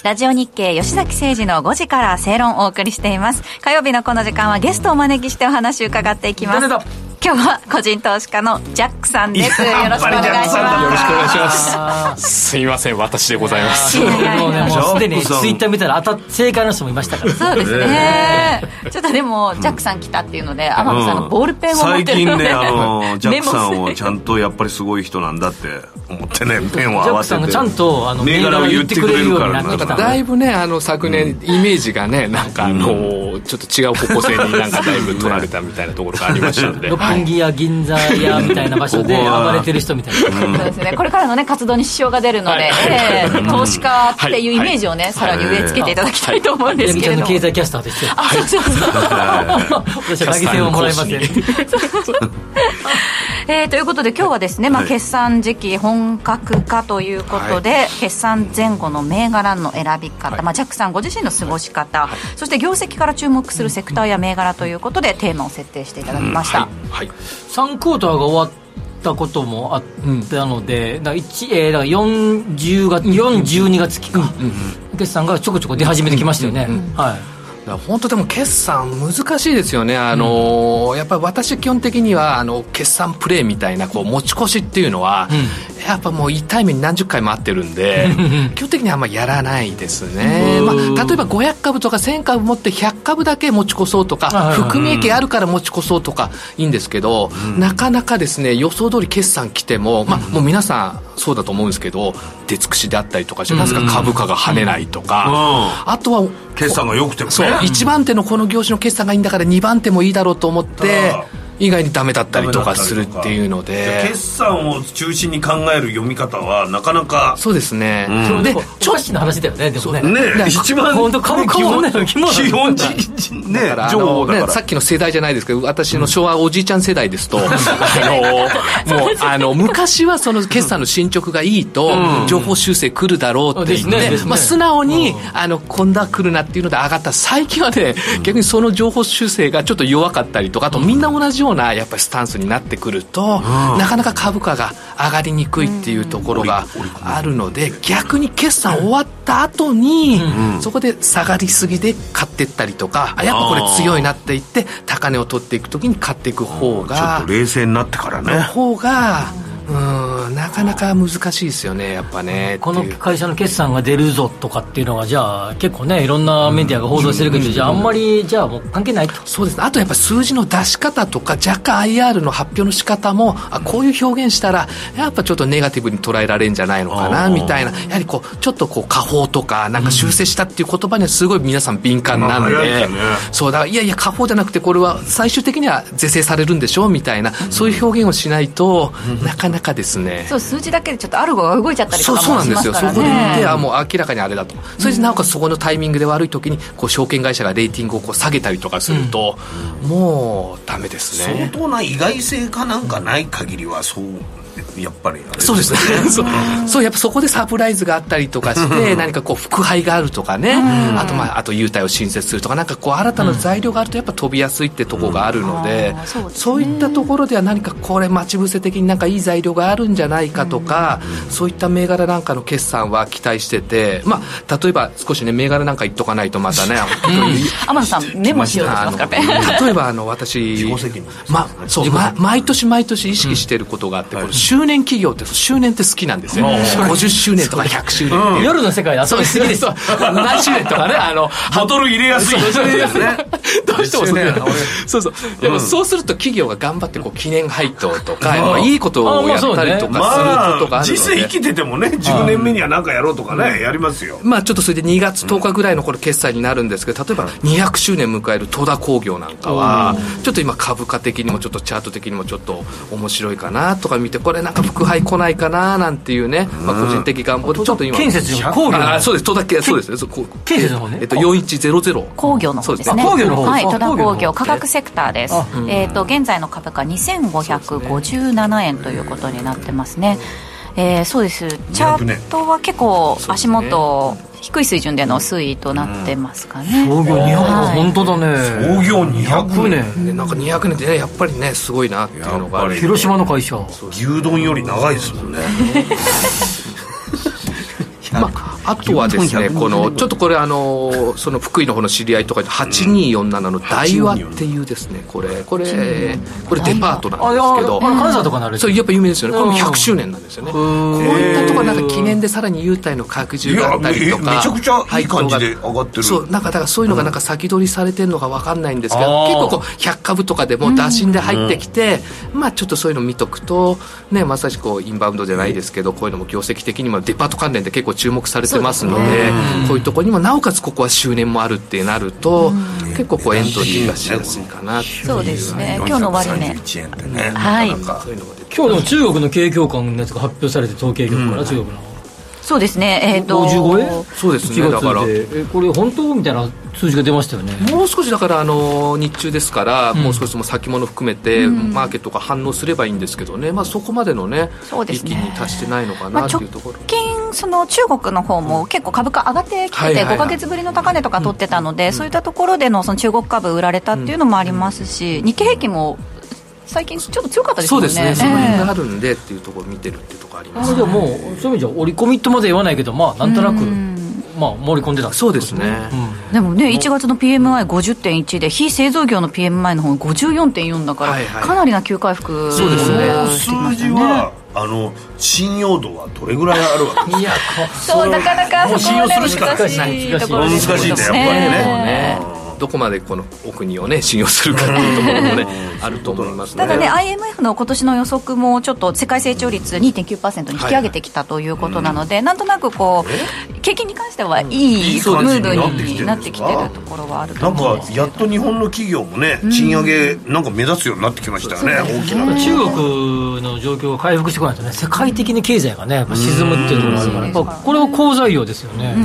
ラジオ日経吉崎誠二の5時から正論をお送りしています火曜日のこの時間はゲストをお招きしてお話を伺っていきます誰だ今日は個人投資家のジャックさんですよやろっしくおぱり願いしジャックさんだよろましくお願いしまあす。すいません、私でございます。すいやいやいもうねやもうすでジャンにプツさんイッター見たら当た正解の人もいましたからそうですねちょっとでもジャックさん来たっていうので天う海んさんのボールペンを持っ最てる近ので、ねあのジャックさんを メモちゃんとやっぱりすごい人なんだって思ってねペンをジャッ合わクせさんがてちゃんとあの銘柄を言ってくれるから銘柄を言ってくれるようになってきた だいぶね、あの、昨年、イメージがね、なんか、あの、ちょっと違う方向性になんかだいぶ取られたみたいなところがありましたので、六 は本い。木や銀座やみたいな場所でここは暴れてる人みたいなそうですねこれからのね活動に支障が出るので、ええ投資家っていうイメージをね、さらに植え付けていただきたいと思うんでですみけちゃれんどのも経済キャスターとしてあそうそうそう 私は投げ銭をもらいますよねえーということで今日はですね、まあ、決算時期本格化ということで、決算前後の銘柄の選び方、まあ、ジャックさんご自身の過ごし方、そして業績から注目するセクターや銘柄ということでテーマを設定していただきました、はい。 3クォーターが終わったこともあったので、だから1えーだから4 0月4 12月期か、決算がちょこちょこ出始めてきましたよね、はいだから本当でも決算難しいですよね、あのーやっぱり私基本的にはあの決算プレーみたいなこう持ち越しっていうのは、やっぱもう痛い目に何十回もあってる んで基本的にはあんまやらないですね、まあ、例えば500株とか1000株持って100株だけ持ち越そうとかはいはい含み益あるから持ち越そうとかいいんですけど、なかなかですね予想通り決算来ても,、まあ、もう皆さんそうだと思うんですけど出尽くしであったりとかしてますか株価が跳ねないとか、あとは決算が良くてもねそう、1番手のこの業種の決算がいいんだから2番手もいいだろうと思ってああ意外にダメだったりとかするっていうのじゃあで決算を中心に考える読み方はなかなかそうですね、うんででおかしな話だよねでもねねだから一番本当株価もね基本基基本本人ねだからあ情報のだねか、らさっきの世代じゃないですけど私の昭和おじいちゃん世 代ですと、あのもうあの昔はその決算の進捗がいいと、情報修正来るだろうって言ですって、ねですねまあ、素直に、あの今度は来るなっていうので上がった最近はね、逆にその情報修正がちょっと弱かったりとかあとみんな同じようなやっぱりスタンスになってくると、なかなか株価が上がりにくいっていうところがあるので、逆に決算終わった後に、そこで下がりすぎで買ってったりとかあやっぱこれ強いなって言って高値を取っていく時に買っていく方ちょっがと冷静になってからね方がうんなかなか難しいですよねやっぱねこの会社の決算が出るぞとかっていうのがじゃあ結構ねいろんなメディアが報道してるけど、じゃああんまりじゃあもう関係ないとそうですねあとやっぱ数字の出し方とか若干 IR の発表の仕方もあこういう表現したらやっぱちょっとネガティブに捉えられるんじゃないのかなみたいなやはりこうちょっとこう下方とかなんか修正したっていう言葉にはすごい皆さん敏感なんで、まあ早いよねそうだからいやいや下方じゃなくてこれは最終的には是正されるんでしょうみたいなそういう表現をしないとなかなかですねそう数字だけでちょっとアルゴが動いちゃったりとそうかそうもなんしでますすよ、かそらこでねであもう明らかにあれだと、それでなおかつそこのタイミングで悪い時にこう証券会社がレーティングをこう下げたりとかすると、もうダメです相ね。当な意外性かなんかない限りはそうやっぱりあれそう ですねそうそうやっぱそこでサプライズがあったりとかして何かこう副配があるとかねあと,、まあ、あと優待を申請するとかなんかこう新たな材料があるとやっぱ飛びやすいってとこがあるので、そういったところでは何かこれ待ち伏せ的になんかいい材料があるんじゃないかとか、そういった銘柄なんかの決算は期待してて、まあ、例えば少しね銘柄なんか言っとかないとまた ね、天野さんメモしようとしますからねあの 例えばあの私まそうま毎年毎年意識してることがあって、この周年企業って周年って好きなんですよ、うん50周年とか100周年っていう夜の世界で遊びすぎですそうそうそう何周年とかね あのボトル入れやすいそうそう入れやすいどうしてもそう周年そうそうでもそうすると企業が頑張ってこう記念配当とか、やっぱいいことあをまやあっそうねたりとかすることがあるので、まあ実際生きててもね10年目には何かやろうとかねやりますよまあ、ちょっとそれで2月10日ぐらいのこれ決済になるんですけど例えば200周年迎える戸田工業なんかはちょっと今株価的にもちょっとチャート的にもちょっと面白いかなとか見てこれなんか副配来ないかななんていうね、まあ、個人的願望でちょっと今建設じゃん工業のあそうです戸田建そうですそうこう建設の方ねえっと4100工業の方ですねそうですねあ工業の方はいあ戸田工工業業価格セクターですあうんえっ、と現在の株価2557円ということになってますねえーそうですチャートは結構足元低い水準での推移となってますかね、創業200はい本当だね創業200年ねなんか200年ってねやっぱりねすごいなっていうのがある広島の会社牛丼より長いですもんねまあ、あとはですね、このちょっとこれ、あのその福井の方の知り合いとかで、8247の大和っていうですね、これ、これ、これデパートなんですけど、あいやあの金沢とかにあるそう、やっぱ有名ですよね、これも100周年なんですよね、こういったところ、なんかへー記念でさらに優待の拡充いがやあったりとか、めちゃくちゃいい感じで配当が上がってるそうなんかだからそういうのがなんか先取りされてるのかわかんないんですけど、あー結構こう100株とかでも打診で入ってきて、まあちょっとそういうの見とくとねまさしくこうインバウンドじゃないですけどこういうのも業績的にもデパート関連で結構注目されてますのでそうですこういうところにもなおかつここは周年もあるってなると、結構こうエントリーがしやすいかなっていそうですね今日の終値431円ってねはいなかなか今日の中国の景況感のやつが発表されて統計局から中国のそうですねえっ、と55円そうですねだからえこれ本当みたいな数字が出ましたよねもう少しだからあの日中ですから、もう少しもう先物含めて、うんマーケットが反応すればいいんですけどね、まあ、そこまでのねそうですね域に達してないのかまあなって直いうところ、近、その中国の方も結構株価上がってきはていて、はいは5いか月ぶりの高値とか取ってたので、そういったところでのその中国株売られたっていうのもありますし、日経平均も最近、ちょっと強かったですそようね。ですね、そこにええあるんでっていうところを見てるっていうところありあますじゃあもうそういう意味じゃ折り込みとまで言わないけどまあなんとなくまあ盛り込んでたそうですね、でもね、1月の PMI50.1 で、非製造業の PMI の方が54.4だから、はいはいかなりな急回復そうですねしてきました数字ねは。あの信用度はどれぐらいある わけいやそうなかなかもうそ信こは用ねするしか難しいところです難しいんだよやっぱりねねどこまでこのお国をね信用するかっていうところもねあると思いますねただね、IMF の今年の予測もちょっと世界成長率2.9%に引き上げてきたということなので、なんとなくこう景気に関してはいいいいム感じーにドなってきてるんですにかなってきてるところはあるとなん思うんかですやっと日本の企業もね賃上げなんか目指すようになってきましたよね大きな中国の状況が回復してこないとね世界的に経済がねやっぱ沈むっていうところがあるからやっぱこれは好材料ですよね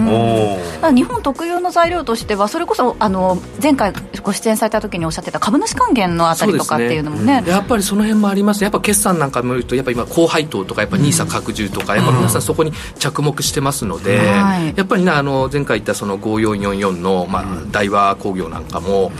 ただ日本特有の材料としてはそれこそあの前回ご出演された時におっしゃってた株主還元のあたりとかっていうのもねそうですねやっぱりその辺もありますねやっぱ決算なんかも言うとやっぱ今高配当とかやっぱ NISA 拡充とか、やっぱ皆さんそこに着目してますので、はいやっぱりねあの前回言ったその5444の、まあ、大和工業なんかも、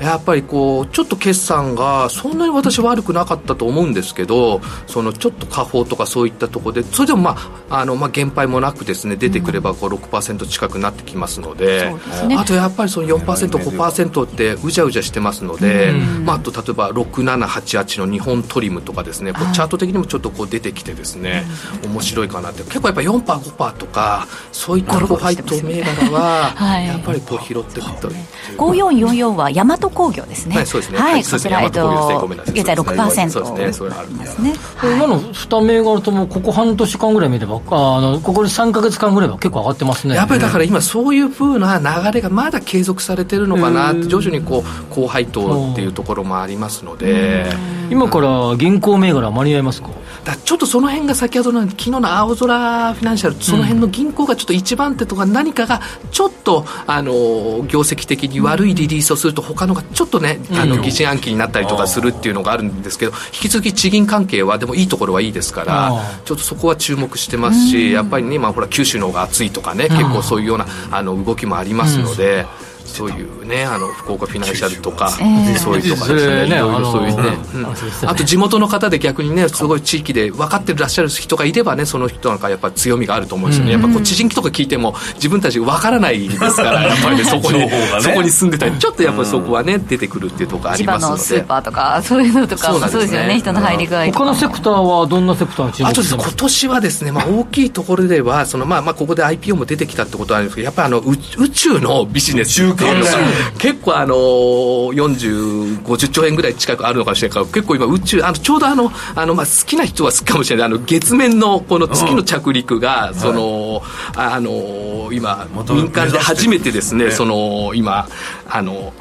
やっぱりこうちょっと決算がそんなに私は悪くなかったと思うんですけどそのちょっと下方とかそういったところでそれでもまああの、まあ、減配もなくですね出てくればこう6%近くなってきますので,、そうですねあとやっぱりその4% 5%ってうじゃうじゃしてますので、まあ、あと例えば6788の日本トリムとかですねこうチャート的にもちょっとこう出てきてですね面白いかなって結構やっぱ4%、5%とかそういったこう配当銘柄はやっぱりこう拾ってくと。 5444は大和工業ですねはいそうですねははいいこそうですちねらえっ大和工業とですねごめんなさい現在そうですねそ6%れあるですね今の2銘柄ともここ半年間ぐらい見ればああのここ3か月間ぐらいは結構上がってますねやっぱりだから今そういう風な流れがまだ継続されてるのかなって徐々にこう高配当っていうところもありますので今から銀行銘柄間に合いますかだちょっとその辺が先ほどの昨日の青空フィナンシャルその辺の銀行がちょっと一番手とか何かがちょっとあの業績的に悪いリリースをすると他のがちょっとねあうんの疑心暗鬼になったりとかするっていうのがあるんですけど引き続き地銀関係はでもいいところはいいですからちょっとそこは注目してますしやっぱりね今ほら九州の方が暑いとかね結構そういうようなあの動きもありますので。そういうねあの福岡フィナンシャルとか、ええそういうとかですそれねねいろいろそういうね、あのうんあと地元の方で逆にねすごい地域で分かってらっしゃる人がいればねその人なんかやっぱ強みがあると思うんですよね、うんやっぱこう知人とか聞いても自分たち分からないですからやっぱりねそこに、情報がねそこに住んでたりちょっとやっぱりそこはね出てくるっていうところあり千ま葉すののでスーパーとかそういうのとかそもうなんそですうねですよね人の入り具合と他かのセクターはどんなセクターに注目あとでしすてねま今す年はですね、まあ、大きいところでは、そのまあまあここで IPO も出てきたってことなんですけど、やっぱりあの宇宇宙のビジネスっていうのが結構あの40、50兆円ぐらい近くあるのかもしれないから、結構今、宇宙、あのちょうどあのあのまあ好きな人は好きかもしれない、あの月面のこの月の着陸が、その、あの今、民間で初めてですね、その今、あの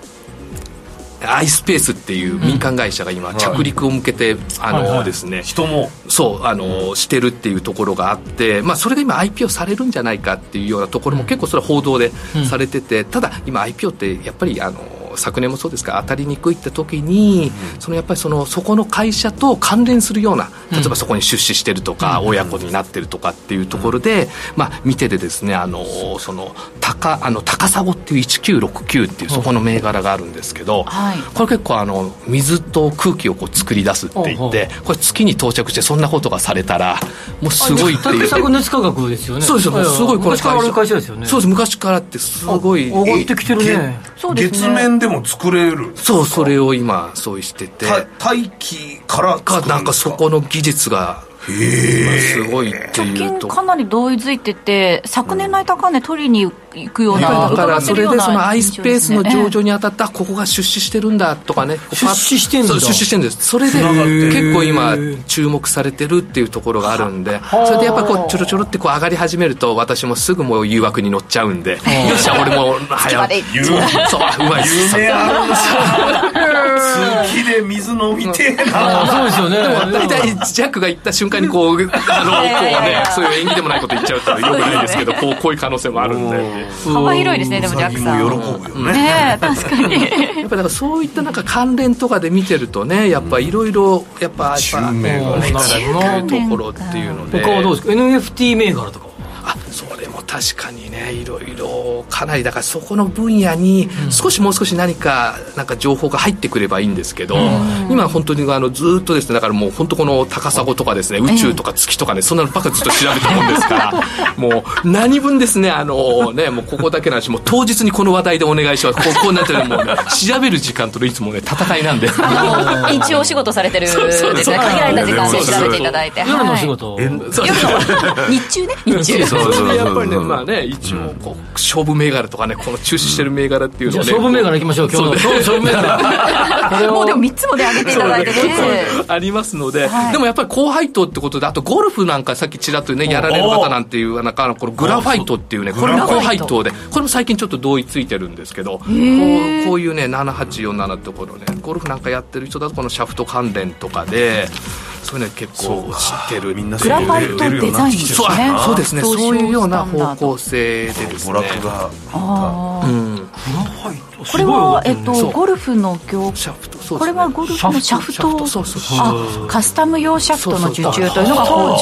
アイスペースっていう民間会社が今着陸を向けて、あのはいはいですね人もそうあの、してるっていうところがあって、まあ、それが今 IPO されるんじゃないかっていうようなところも結構それは報道でうんされてて、ただ今 IPO ってやっぱりあの昨年もそうですが当たりにくいって時に、そのやっぱりそのそこの会社と関連するような例えばそこに出資してるとか、親子になってるとかっていうところで、まあ、見ててですねあのその高あの高砂っていう1969っていうそこの銘柄があるんですけど、はいこれ結構あの水と空気をこう作り出すって言ってこれ月に到着してそんなことがされたらもうすごいっていう高砂熱科学ですよねそうですよすごいこの昔からある会社ですよねそうです昔からってすごい上がってきてるねそうですね月面でも作れるそうそれを今そうしてて大気からかなんかそこの技術が今すごいっていうとこかなり同意づいてて昨年の高値取りに行くようやなっぱりだか伺らってそるれようでなそのアイスペースの印象で上すね場に当たったここが出資してるんだとかね出資してんだ出資してんですそれでへー結構今注目されてるっていうところがあるんでそれでやっぱこうちょろちょろってこう上がり始めると私もすぐもう誘惑に乗っちゃうんでよっしゃ俺も月ま早でい行っちゃうそううまい夢あるな月で水飲みてえなでも大体ジャックが言った瞬間にこう、あの、こうね、そういう演技でもないこと言っちゃうとよくないですけど、こう、こういう可能性もあるんで。幅広いですねでもジャックさんねえ確かにやっぱだからそういったなんか関連とかで見てるとねやっぱいろいろやっぱ中銘柄ところっていうので他はどうですか NFT 銘柄とかあそれも確かにねいろいろかなりだからそこの分野に少しもう少し何かなんか情報が入ってくればいいんですけど、今本当にあのずーっとですねだからもう本当この高砂とかですね宇宙とか月とかねそんなのばっかずっと調べたもんですから もう何分ですねあのねもうここだけの話もう当日にこの話題でお願いしますこうこうなってるもうね調べる時間とのいつもね戦いなん で一応お仕事されてるそうそうそうですね限られた時間で調べていただいてそうそうそうはい事日中ね日中そうそうそうやっぱりね、まあね、一応こう、勝負銘柄とかね、この中止してる銘柄っていうのをね。じゃあ勝負銘柄行きましょう今日の そうね勝負銘柄もうでも3つもで上げていただいてねそうねそうねありますので、でもやっぱり高配当ってことで、あとゴルフなんかさっきちらっとね、やられる方なんていう、なんかあの、このグラファイトっていうね、あそうこれもグラ高ファイ配ト当で、これも最近ちょっと同意ついてるんですけど、こうこうへーいうね、7847ってことね、ゴルフなんかやってる人だと、このシャフト関連とかで、そういうの結構知ってる。みんなグラファイトデザインですねそうあそうですね、そうそういうような方向性でですね。あうんあこれはえっとそうゴルフの業シャフトそうこれはゴルフのシャフトあカスタム用シャフトの受注というのがそう好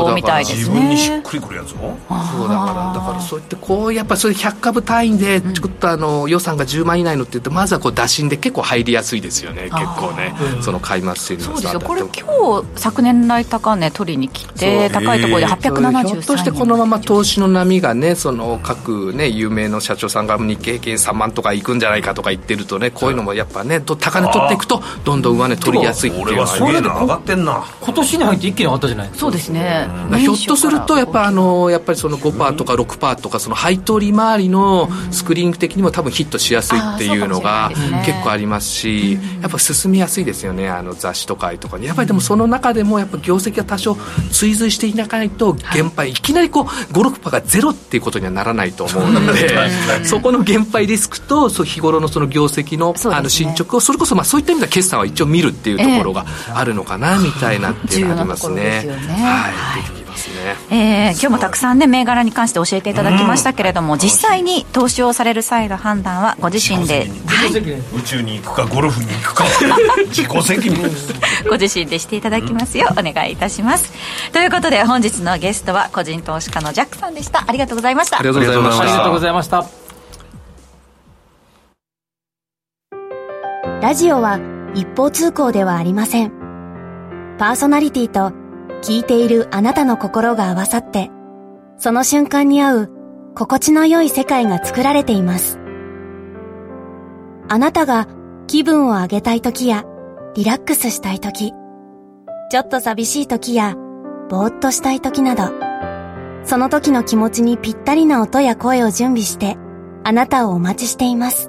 そう調みたいですねくりくるやつをそうだからだからそういってこうやっぱりそれ100株単位でちょっとあの予算が10万以内のって言ってまずはこう打診で結構入りやすいですよね結構ねその買いますっていうそのはうですなよんだこれ今日昨年来高値取りに来てそう高いところでひょっとし873てこのまま投資の波がねその各ね有名の社長さんが日経平均3万とかいくんじゃないかとか言ってるとねこういうのもやっぱねど高値取っていくとどんどん上値取りやすいっていうのは俺はすげえな上がってんな今年に入って一気に上がったじゃないそうですねひょっとするとやっぱあのやっぱりその5%とか6%とかその配当利回りのスクリーン的にも多分ヒットしやすいっていうのが結構ありますしやっぱ進みやすいですよねあの雑誌とかとかにやっぱりでもその中でもやっぱ業績が多少追随していなかないと減配いきなりこう56%がゼロっていうことにはならないと思うのでそこの減配リスクとそう日頃のその業績のあの進捗をそれこそまあそういった意味では決算は一応見るっていうところがあるのかなみたいなっていうのはありますね。重要なところですよねはい出てきますねえー今日もたくさんね銘柄に関して教えていただきましたけれども、実際に投資をされる際の判断はご自身で宇宙に行くかゴルフに行くか自己責任ですご自身でしていただきますようお願いいたしますということで本日のゲストは個人投資家のジャックさんでしたありがとうございましたありがとうございましたありがとうございましたラジオは一方通行ではありません。パーソナリティと聞いているあなたの心が合わさって、その瞬間に合う心地の良い世界が作られています。あなたが気分を上げたい時やリラックスしたい時、ちょっと寂しい時やぼーっとしたい時など、その時の気持ちにぴったりな音や声を準備して、あなたをお待ちしています。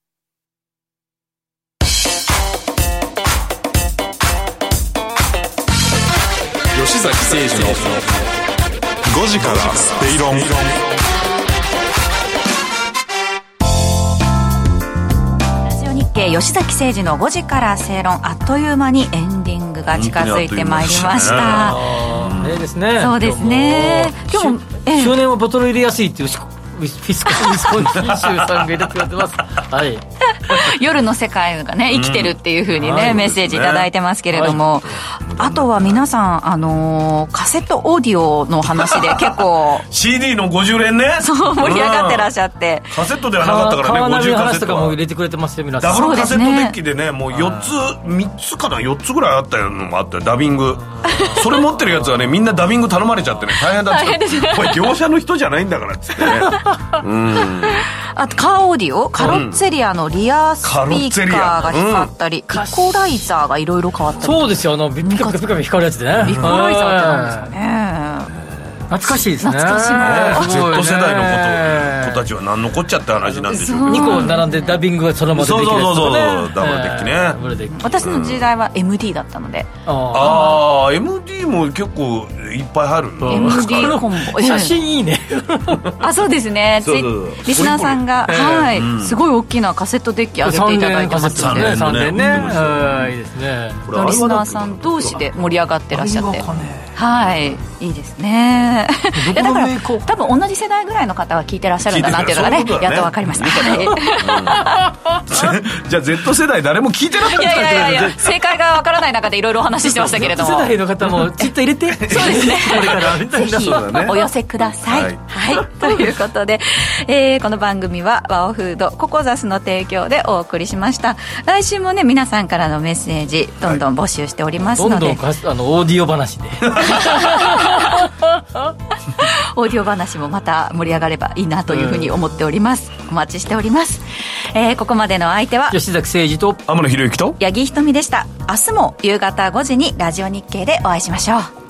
吉崎誠二の5時から正論ラジオ日経吉崎誠二の5時から正論あっという間にエンディングが近づいてまいりましたええですねそうですね今日も去年はボトル入れやすいっていうウィスコウィスフィスコウィスコンシン州さんが入れてくれてますはい 夜の世界がね生きてるっていうふうにね、うんはいメッセージいただいてますけれども、あとは皆さん、あのーカセットオーディオの話で結構 CD の50連ねそう盛り上がってらっしゃって、カセットではなかったからねカーナビ50のカセ話ッとかトもは入れてくれてますよ皆さんダブルカセットデッキでねもう4つ3つかな4つぐらいあったのもあったよダビング それ持ってるやつはねみんなダビング頼まれちゃってね大変だっ大変ですねたこれ業者の人じゃないんだからっつってねうんあとカーオーディオカロッツェリアのリアスピカロッツェーリカーアが光ったり、イコライザーがいろいろ変わったりそうですよあのピカピカピカピカ光るやつでねイコライザーってなんですかねね懐かしいですね懐かしいねすごいね Z 世代の子と子たちは何残っちゃって話なんでしょうけど2個並んでダビングがその場でできるやつそうそとうかねそうそうダブルデッキねダブルデッキ私の時代は MD だったので、ああ MD も結構いっぱい入るの MD コンボ写真いいねあそうですねそうそうツイリスナーさんが、ええはい、うんすごい大きなカセットデッキ上げていただいてます三ので連三連ね三連ねうんいいですねリスナーさん同士で盛り上がってらっしゃってはいいいですねいやだから多分同じ世代ぐらいの方が聞いてらっしゃるんだなっていうのが聞ねいてるそういうことだやねっとわかりました じゃあ Z 世代誰も聞いてなかったいんやいやいやいだや正解がわからない中でいろいろお話ししてましたけれども世代の方もツイッター入れてそうですね これからみたいぜなひお寄せください。はい、 ということで、えーこの番組はワオフードココザスの提供でお送りしました。来週もね皆さんからのメッセージどんどん募集しておりますどのんで、どんかあのオーディオ話 でオーディオ話もまた盛り上がればいいなというふうに思っております。お待ちしております。えーここまでのお相手は吉崎誠二と天野博之と八木ひとみでした。明日も夕方5時にラジオ日経でお会いしましょう。